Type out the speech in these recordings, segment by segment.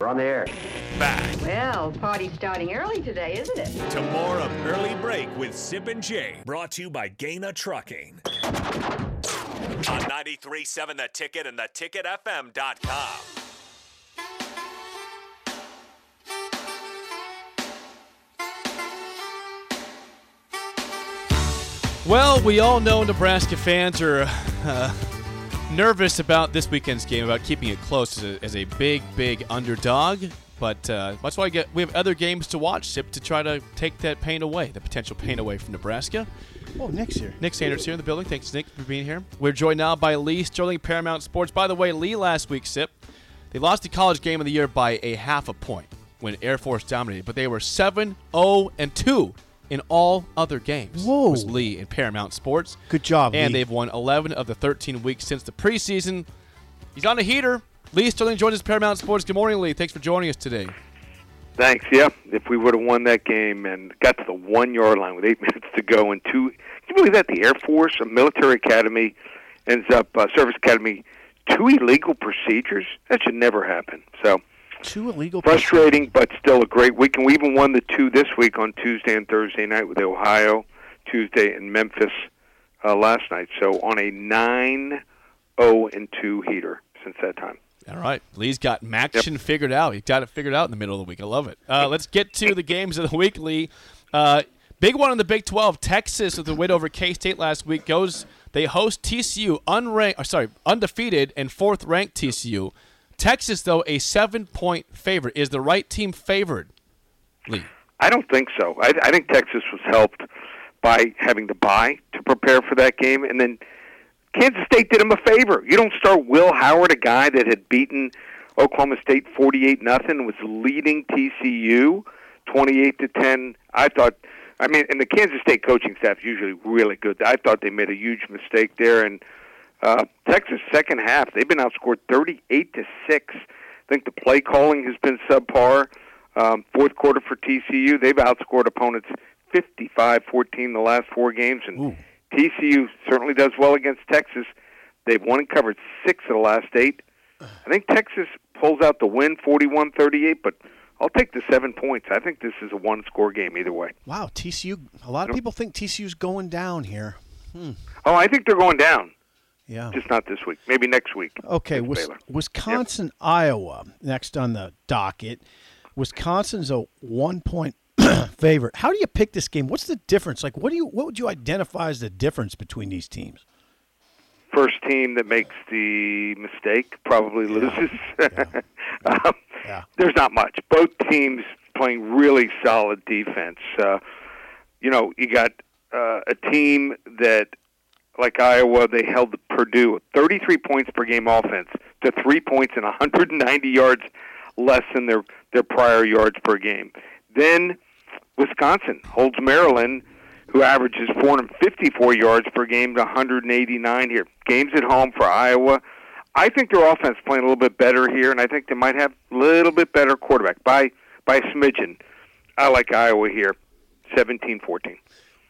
We're on the air. Back Well, party's starting early today, isn't it? to more of Early Break with Sip and Jay, brought to you by Gaina Trucking. On 93.7 The Ticket and theticketfm.com. Well, we all know Nebraska fans are uh, nervous about this weekend's game, about keeping it close as a, as a big, big underdog. But uh, that's why I get, we have other games to watch, Sip, to try to take that pain away, the potential pain away from Nebraska. Oh, next year. Nick Sanders here in the building. Thanks, Nick, for being here. We're joined now by Lee Sterling, Paramount Sports. By the way, Lee last week, Sip, they lost the college game of the year by a half a point when Air Force dominated, but they were 7 0 and 2 in all other games. Whoa. Was Lee in Paramount Sports. Good job, And Lee. they've won 11 of the 13 weeks since the preseason. He's on a heater. Lee Sterling joins us, Paramount Sports. Good morning, Lee. Thanks for joining us today. Thanks. Yeah, if we would have won that game and got to the one yard line with eight minutes to go and two, can you believe that the Air Force, a military academy, ends up uh, service academy, two illegal procedures? That should never happen. So Two illegal. frustrating, but still a great week. And we even won the two this week on Tuesday and Thursday night with Ohio, Tuesday and Memphis uh, last night. So on a nine zero and two heater since that time. All right. Lee's got Maction figured out. He got it figured out in the middle of the week. I love it. Uh, let's get to the games of the week, Lee. Uh, big one in the Big 12. Texas with a win over K State last week goes. They host TCU, unranked, or sorry, undefeated and fourth ranked TCU. Texas, though, a seven point favorite. Is the right team favored, Lee? I don't think so. I, I think Texas was helped by having to buy to prepare for that game, and then Kansas State did him a favor. You don't start Will Howard, a guy that had beaten Oklahoma State forty-eight nothing, was leading TCU twenty-eight to ten. I thought. I mean, and the Kansas State coaching staff is usually really good. I thought they made a huge mistake there, and uh, Texas second half they've been outscored thirty-eight to six. I think the play calling has been subpar. Um, fourth quarter for TCU, they've outscored opponents 55-14 the last four games, and TCU certainly does well against Texas. They've won and covered six of the last eight. I think Texas pulls out the win, 41-38, but I'll take the seven points. I think this is a one-score game either way. Wow, TCU. A lot of people think TCU's going down here. Oh, I think they're going down, Yeah. just not this week. Maybe next week. Okay, Against Wis- Baylor. Wisconsin, Iowa, next on the docket. Wisconsin's a one-point favorite. How do you pick this game? What's the difference? Like, what do you? What would you identify as the difference between these teams? first team that makes the mistake probably loses. um, Yeah. There's not much. Both teams playing really solid defense. Uh, you know, you got uh, a team that, like Iowa, they held Purdue at 33 points per game offense to three points and 190 yards less than their their prior yards per game. Then Wisconsin holds Maryland, who averages 454 yards per game, to 189 here. Games at home for Iowa. I think their offense playing a little bit better here, and I think they might have a little bit better quarterback by by a smidgen. I like Iowa here, 17-14.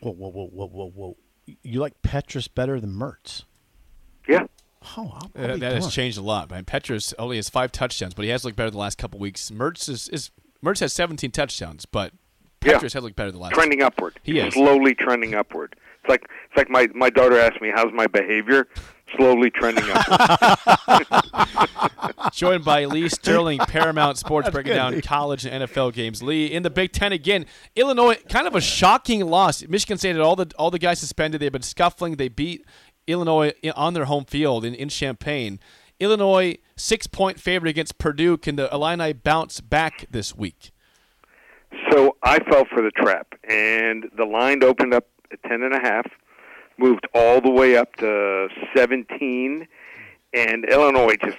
Whoa, whoa, whoa, whoa, whoa, whoa! You like Petrus better than Mertz? Yeah, Oh, I'll, I'll Uh, be that has darned. changed a lot, man. Petrus only has five touchdowns, but he has looked better the last couple weeks. Mertz is, is Mertz has 17 touchdowns, but Yeah. Petrus has looked better the last. trending upward. He is. slowly trending upward. It's like it's like my my daughter asked me, "How's my behavior?" Slowly trending upward. joined by Lee Sterling, Paramount Sports, breaking down college and NFL games. Lee in the Big Ten again. Illinois, kind of a shocking loss. Michigan State had all the all the guys suspended. They've been scuffling. They beat Illinois i- on their home field in, in Champaign. Illinois six point favorite against Purdue. Can the Illini bounce back this week? So I fell for the trap, and the line opened up at ten and a half, moved all the way up to seventeen, and Illinois just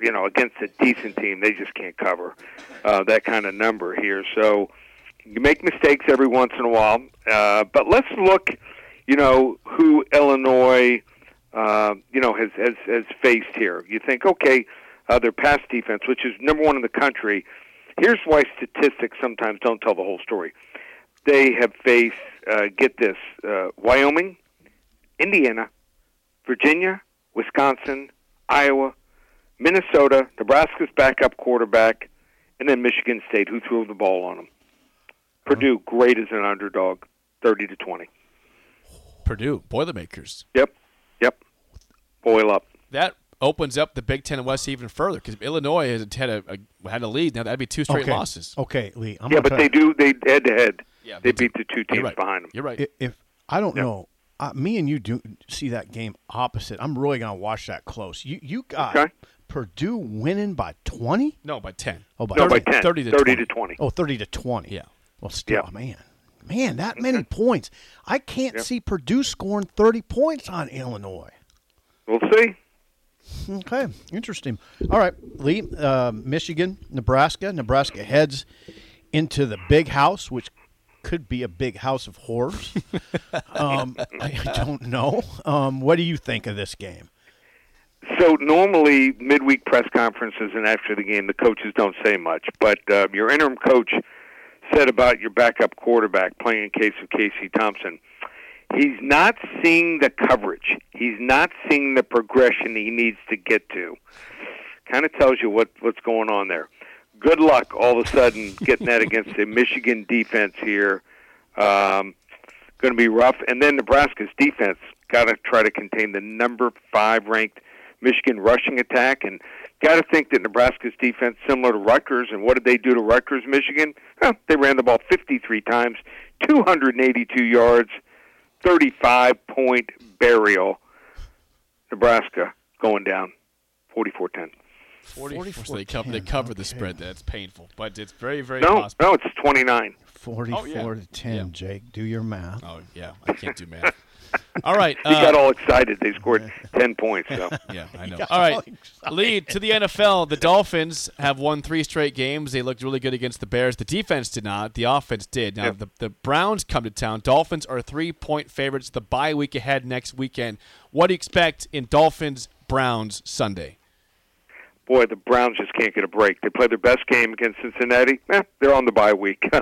you know against a decent team they just can't cover uh, that kind of number here. So you make mistakes every once in a while, uh, but let's look, you know, who Illinois uh, you know has, has has faced here. You think okay, uh, their pass defense, which is number one in the country. Here's why statistics sometimes don't tell the whole story. They have faced, uh, get this, uh, Wyoming, Indiana, Virginia, Wisconsin, Iowa, Minnesota, Nebraska's backup quarterback, and then Michigan State, who threw the ball on them. Purdue, great as an underdog, thirty to twenty. Purdue Boilermakers. Yep, yep. Boil up. That opens up the Big Ten and West even further because Illinois has had a, a had a lead. Now that'd be two straight okay. Oh. losses. Okay, Lee. I'm Yeah, gonna but tell they you, do. They head to head. Yeah, They but- beat the two teams You're right. behind them. You're right. i- If I don't know, uh, me and you do see that game opposite. I'm really gonna watch that close. You you got Okay. Purdue winning by twenty. no, by ten. Oh, by No, by 30. 10. 30 to 20. to 20. Oh, 30 to 20. Yeah. Well, still, Yeah. man. Man, that many points. I can't see Purdue scoring 30 points on Illinois. We'll see. Okay, interesting. All right, Lee, uh, Michigan, Nebraska. Nebraska heads into the big house, which could be a big house of horrors. um, I, I don't know. Um, what do you think of this game? So normally midweek press conferences and after the game, the coaches don't say much. But uh, your interim coach said about your backup quarterback playing in case of Casey Thompson, he's not seeing the coverage. He's not seeing the progression he needs to get to. Kind of tells you what what's going on there. Good luck all of a sudden getting that against the Michigan defense here. Um, going to be rough. And then Nebraska's defense got to try to contain the number five ranked Michigan rushing attack, and got to think that Nebraska's defense similar to Rutgers. And what did they do to Rutgers, Michigan? Huh, they ran the ball 53 times, 282 yards, 35 point burial. Nebraska going down 44 10. 44. So they cover, they cover the spread. That's painful, but it's very, very No, possible. no, it's 29. 44 Oh, yeah. to 10, Yeah. Jake. Do your math. Oh yeah, I can't do math. All right, He uh, got all excited. They scored 10 points. So. yeah, I know. All right, lead to the NFL. The Dolphins have won three straight games. They looked really good against the Bears. The defense did not. The offense did. Now Yeah. the the Browns come to town. Dolphins are three point favorites. The bye week ahead next weekend. What do you expect in Dolphins Browns Sunday? boy, the Browns just can't get a break. They play their best game against Cincinnati. Eh, they're on the bye week.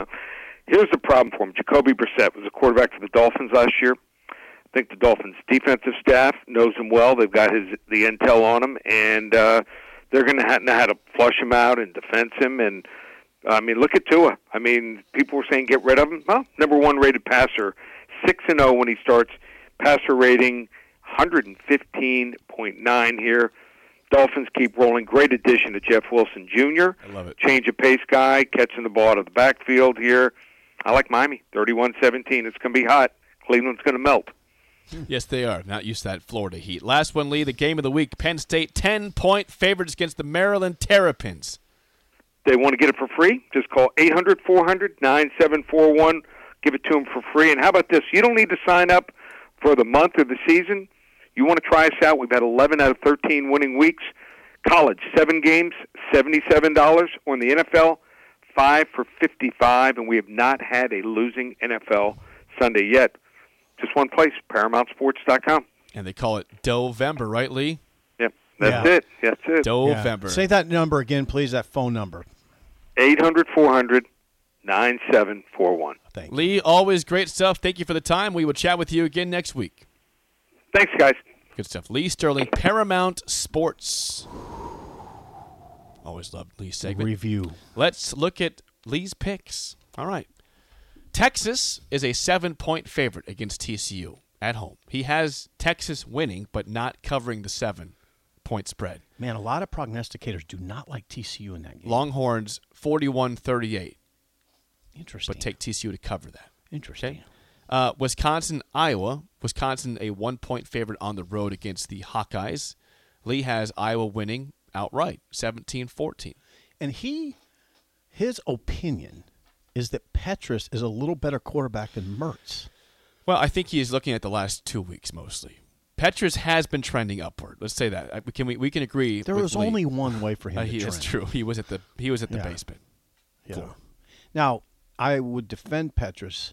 Here's the problem for them. Jacoby Brissett was a quarterback for the Dolphins last year. I think the Dolphins' defensive staff knows him well. They've got his the intel on him, and uh, they're going to ha- know how to flush him out and defense him. And I mean, look at Tua. I mean, people were saying get rid of him. Well, number one rated passer, six and zero when he starts. Passer rating 115.9 here. Dolphins keep rolling. Great addition to Jeff Wilson Jr. I love it. Change of pace guy, catching the ball out of the backfield here. I like Miami, 31-17. It's going to be hot. Cleveland's going to melt. Yes, they are. Not used to that Florida heat. Last one, Lee. The game of the week. Penn State ten point favorites against the Maryland Terrapins. they want to get it for free, just call 800 400 9741. Give it to them for free. And how about this? You don't need to sign up for the month or the season. You want to try us out? We've had 11 out of 13 winning weeks. College, seven games, $77. Or in the NFL, five for 55 And we have not had a losing NFL Sunday yet. Just one place, ParamountSports.com. And they call it Dovember, right, Lee? Yep, that's Yeah. it. That's it. Yeah. Dovember. Say that number again, please, that phone number. 800 400 9741. Thank you. Lee, always great stuff. Thank you for the time. We will chat with you again next week. Thanks, guys. Good stuff. Lee Sterling, Paramount Sports. Always loved Lee's segment. Review. Let's look at Lee's picks. All right. Texas is a seven point favorite against TCU at home. He has Texas winning, but not covering the seven point spread. Man, a lot of prognosticators do not like TCU in that game. Longhorns 41 38, Interesting. but take TCU to cover that. Interesting. Uh, Wisconsin, Iowa. Wisconsin, a one point favorite on the road against the Hawkeyes. Lee has Iowa winning outright, 17 14. And he, his opinion is that Petrus is a little better quarterback than Mertz. Well, I think he's looking at the last two weeks mostly. Petrus has been trending upward. Let's say that. I- Can we we can agree? There with was Lee. only one way for him Uh, to he, trend. that's true. He was at the he was at the Yeah. basement. Yeah. Four. Now, I would defend Petrus.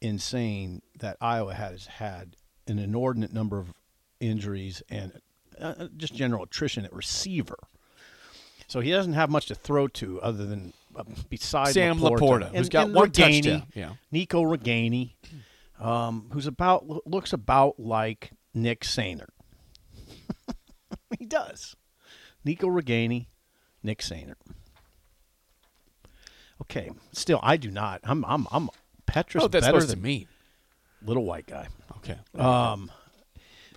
in saying that Iowa has had an inordinate number of injuries and uh, just general attrition at receiver. So he doesn't have much to throw to other than uh, besides Sam Laporta, Laporta, and, who's got and one Reganey, touchdown. Yeah. Nico Reganey, um, who's about lo- looks about like Nick Sainer. he does. Nico Reganey, Nick Sainer. Okay, still I do not. I'm I'm I'm Petrus Oh, that's better supposed than to mean. little white guy. Okay. Um,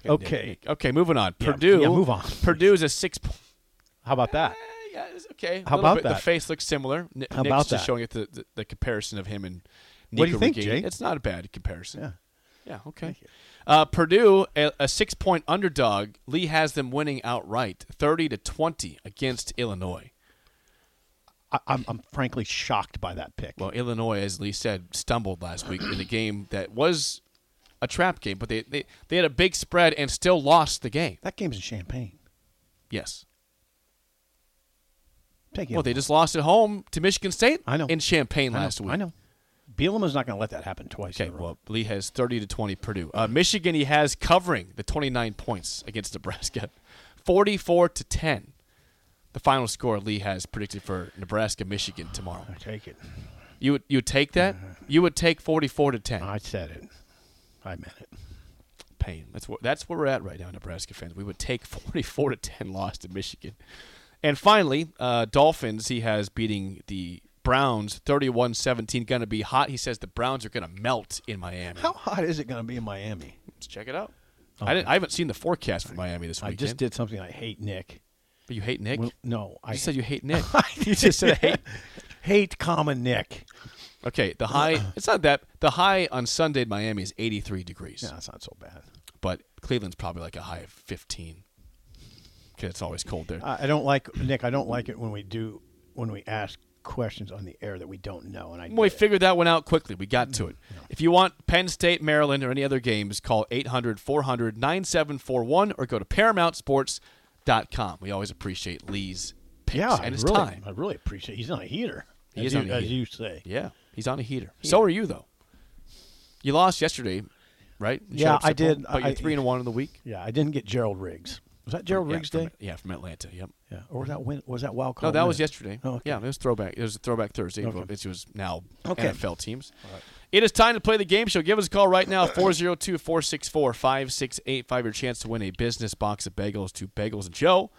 okay. Okay. Moving on. Yeah, Purdue. yeah, move on. Purdue is a six. po- Eh, How about that? Yeah, it's okay. A How little about bit. The that? face looks similar. N- How Nick's about just that? showing it the, the, the comparison of him and Nico What do you think, Riggini. Jake? It's not a bad comparison. Yeah. Yeah. Okay. Uh, Purdue, a, a six-point underdog. Lee has them winning outright, thirty to twenty, against Illinois. I, I'm, I'm frankly shocked by that pick. Well, Illinois, as Lee said, stumbled last week in a game that was a trap game, but they, they, they had a big spread and still lost the game. that game's in Champagne. Yes. Take it. Well, they just lost at home to Michigan State I know. in Champaign I know, last week. I know. Bielema's not going to let that happen twice. Okay, in a row. well, Lee has 30 to 20 Purdue. Uh, Michigan, he has covering the 29 points against Nebraska, 44 to 10. The final score Lee has predicted for Nebraska Michigan tomorrow. I take it. You would you would take that? You would take 44 to 10. Uh-huh. I said it. I meant it. pain. That's where that's where we're at right now, Nebraska fans. We would take 44 to 10 loss to Michigan. And finally, uh, Dolphins. He has beating the Browns 31-17. Going to be hot. He says the Browns are going to melt in Miami. How hot is it going to be in Miami? Let's check it out. I, didn't, I haven't seen the forecast for Miami this I weekend. just did something I hate, Nick. But you hate Nick. Well, no, I you said you hate Nick. I you just said I hate. hate common Nick. Okay, the high. It's not that the high on Sunday in Miami is 83 degrees, No, that's not so bad. but Cleveland's probably like a high of 15. Because it's always cold there. I I don't like Nick. I don't like it when we do when we ask questions on the air that we don't know. And I We figured that one out quickly. We got to it. If you want Penn State, Maryland, or any other games, call 800 400 9741 or go to ParamountSports.com. We always appreciate Lee's picks. yeah, I and it's really, time. I really appreciate. He's not a heater. He as is you, on a as heater. you say. Yeah, he's on a heater. So are you, though. You lost yesterday, right? You Yeah, showed up I simple, did. But I- you're 3 and 1 in the week. Yeah, I didn't get Gerald Riggs. Was that Gerald yeah, Riggs from, Day? Yeah, from Atlanta. Yep. Yeah, or was that when, was that wild card? No, that win? was yesterday. Oh, okay. Yeah, it was throwback. It was a throwback Thursday, Okay. but which was now Okay. NFL teams. It is time to play the game show. Give us a call right now, 402 464 5685. Your chance to win a business box of bagels to Bagels and Joe.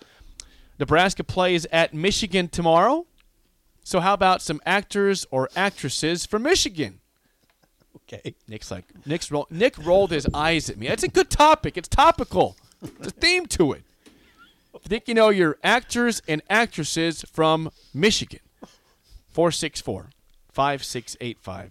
Nebraska plays at Michigan tomorrow. So, how about some actors or actresses from Michigan? Okay. Nick's like, Nick's roll, Nick rolled his eyes at me. That's a good topic. It's topical. There's a theme to it. If you think you know your actors and actresses from Michigan. 464 5685.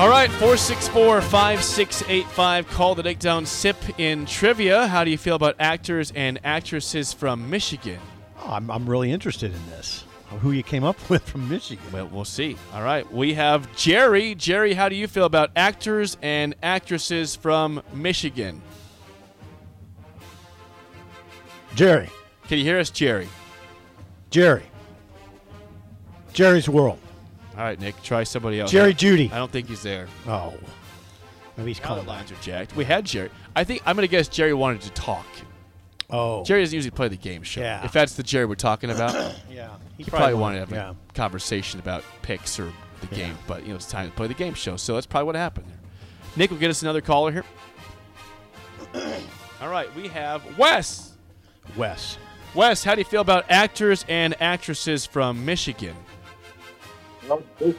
All right, 464 5685. Call the Nick Down Sip in trivia. How do you feel about actors and actresses from Michigan? Oh, I'm I'm really interested in this. Who you came up with from Michigan? Well, we'll see. All right, we have Jerry. Jerry, how do you feel about actors and actresses from Michigan? Jerry, Can you hear us, Jerry? Jerry, Jerry's World. All right, Nick, try somebody else. Jerry Judy. I don't think he's there. Oh, Maybe he's Now the calling lines are jacked. We had Jerry. I think I'm gonna guess Jerry wanted to talk. Oh, Jerry doesn't usually play the game show. Yeah. If that's the Jerry we're talking about, yeah. he probably wanted to have yeah. a conversation about picks or the game, but you know it's time to play the game show. So that's probably what happened there. Nick will get us another caller here. All right, we have Wes. Wes. Wes, how do you feel about actors and actresses from Michigan? Uh, I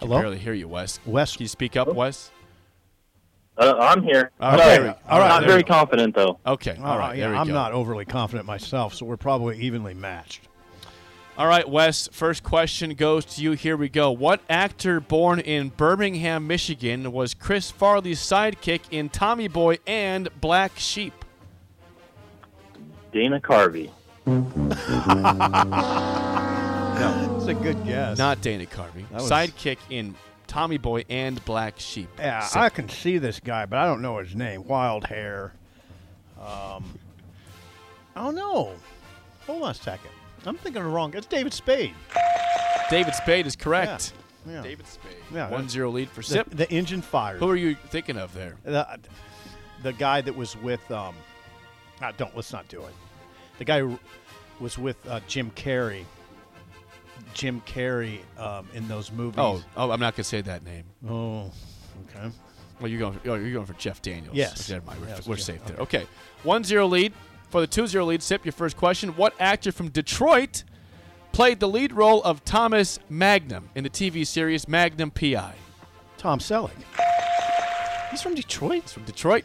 Hello? barely hear you, Wes. Wes. Can you speak up, Wes? Uh, I'm here. All right, Sorry. there we- all right, I'm not there we Oh, very go. confident though. Okay. All right, there we Oh, yeah, I'm go. not overly confident myself, so we're probably evenly matched. All right, Wes, first question goes to you. Here we go. What actor born in Birmingham, Michigan was Chris Farley's sidekick in Tommy Boy and Black Sheep? Dana Carvey. That's a good guess. Not Dana Carvey. That was- Sidekick in Tommy Boy and Black Sheep. yeah, So- I can see this guy, but I don't know his name. Wild hair. Um, I don't know. Hold on a second. I'm thinking of the wrong. It's David Spade. David Spade is correct. Yeah. yeah. David Spade. Yeah, One zero lead for The, Sip. the engine fired. Who are you thinking of there? the, the guy that was with um, ah, don't let's not do it. The guy who was with uh, Jim Carrey. Jim Carrey um, in those movies. Oh, oh, I'm not gonna say that name. oh, okay. Well, you're going. oh, you're going for Jeff Daniels. Yes. Okay, never mind. We're, Yes, we're yeah, safe there. Okay. One zero lead for the two zero lead. Sip your first question. What actor from Detroit played the lead role of Thomas Magnum in the TV series Magnum PI? Tom Selleck. He's from Detroit. It's from Detroit.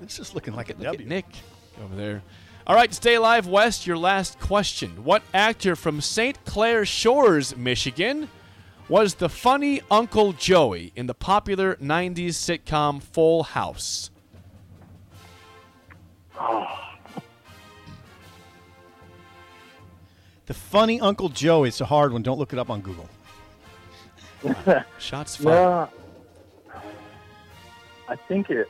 This is looking like a Look at W. Nick over there. All right, stay alive, West. Your last question. What actor from St. Clair Shores, Michigan, was the funny Uncle Joey in the popular 90s sitcom Full House? The funny Uncle Joe. It's a hard one. Don't look it up on Google. Shots fired. Yeah. I think it.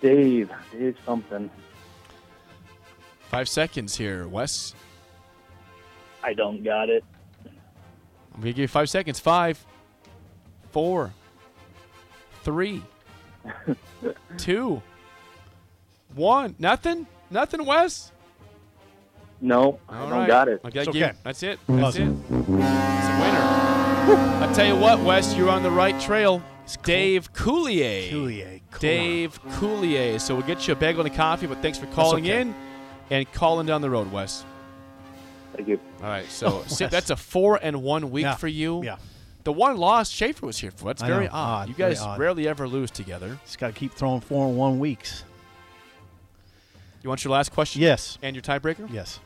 Dave. Dave something. Five seconds here, Wes. I don't got it. I'm going to give you five seconds. Five, four, three, two, one. Nothing? Nothing, Wes? No, I All don't right. got it. I gotta It's give- okay. That's it. That's Awesome. it. It's a winner. I tell you what, Wes, you're on the right trail. It's Dave Coulier. Coulier, cool. Dave Coulier. So we'll get you a bagel and a coffee, but thanks for calling okay. in and calling down the road, Wes. Thank you. All right. So Sid, Oh, Wes. that's a four and one week Yeah, for you. yeah. The one loss Schaefer was here for. That's I very know, odd. odd, You very guys odd. rarely ever lose together. Just got to keep throwing four in one weeks. You want your last question? Yes. And your tiebreaker? Yes.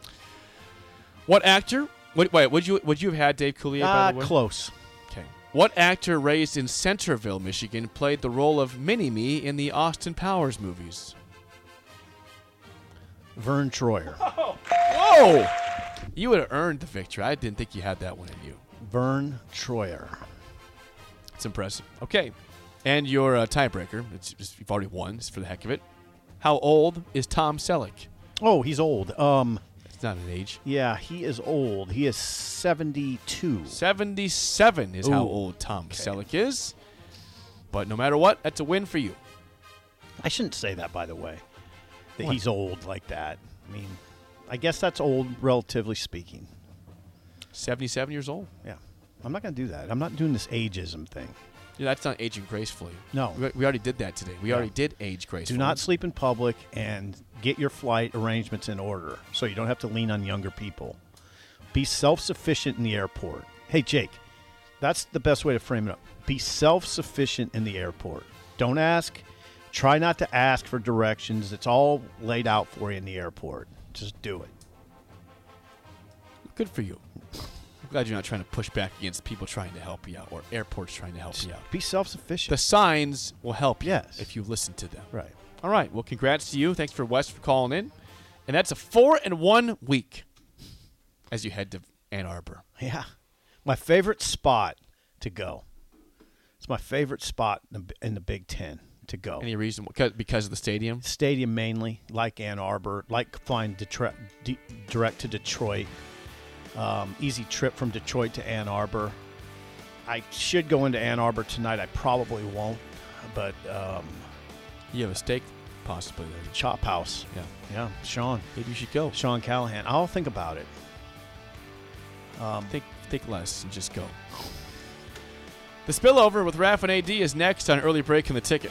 What actor? Wait, wait, would you would you have had Dave Coulier by Ah, the way? close. Okay. What actor raised in Centerville, Michigan, played the role of Mini Me in the Austin Powers movies? Vern Troyer. Whoa! You would have earned the victory. I didn't think you had that one in you. Vern Troyer. It's impressive. Okay. And your uh, tiebreaker. It's just, you've already won. It's for the heck of it. How old is Tom Selleck? Oh, he's old. Um, It's not an age. yeah, he is old. He is seventy-two. 77 is how Ooh. old Tom Selleck is. But no matter what, that's a win for you. I shouldn't say that, by the way. That he's old like that. I mean, I guess that's old, relatively speaking. 77 years old. Yeah, I'm not gonna do that. I'm not doing this ageism thing. Yeah, that's not aging gracefully. No. We, we already did that today. We already did age Do gracefully. not sleep in public and get your flight arrangements in order so you don't have to lean on younger people. Be self sufficient in the airport. Hey, Jake, that's the best way to frame it up. Be self sufficient in the airport. Don't ask. Try not to ask for directions. It's all laid out for you in the airport. Just do it. Good for you. I'm glad you're not trying to push back against people trying to help you out or airports trying to help Just you out. Be self The sufficient. signs will help you Yes. if you listen to them. Right. All right. Well, congrats to you. Thanks for West for calling in. And that's a four and one week as you head to Ann Arbor. Yeah. My favorite spot to go. It's my favorite spot in the, in the Big Ten to go. Any reason? Because, because of the stadium? stadium mainly, like Ann Arbor, like flying detra- de- direct to Detroit. Um, easy trip from Detroit to Ann Arbor. I should go into Ann Arbor tonight. I probably won't, but um, You have a steak, possibly. There. Chop House. Yeah. Yeah, Sean. Maybe you should go. Sean Callahan. I'll think about it. Think, think less and just go. The spillover with Raf and AD is next on early break in the ticket.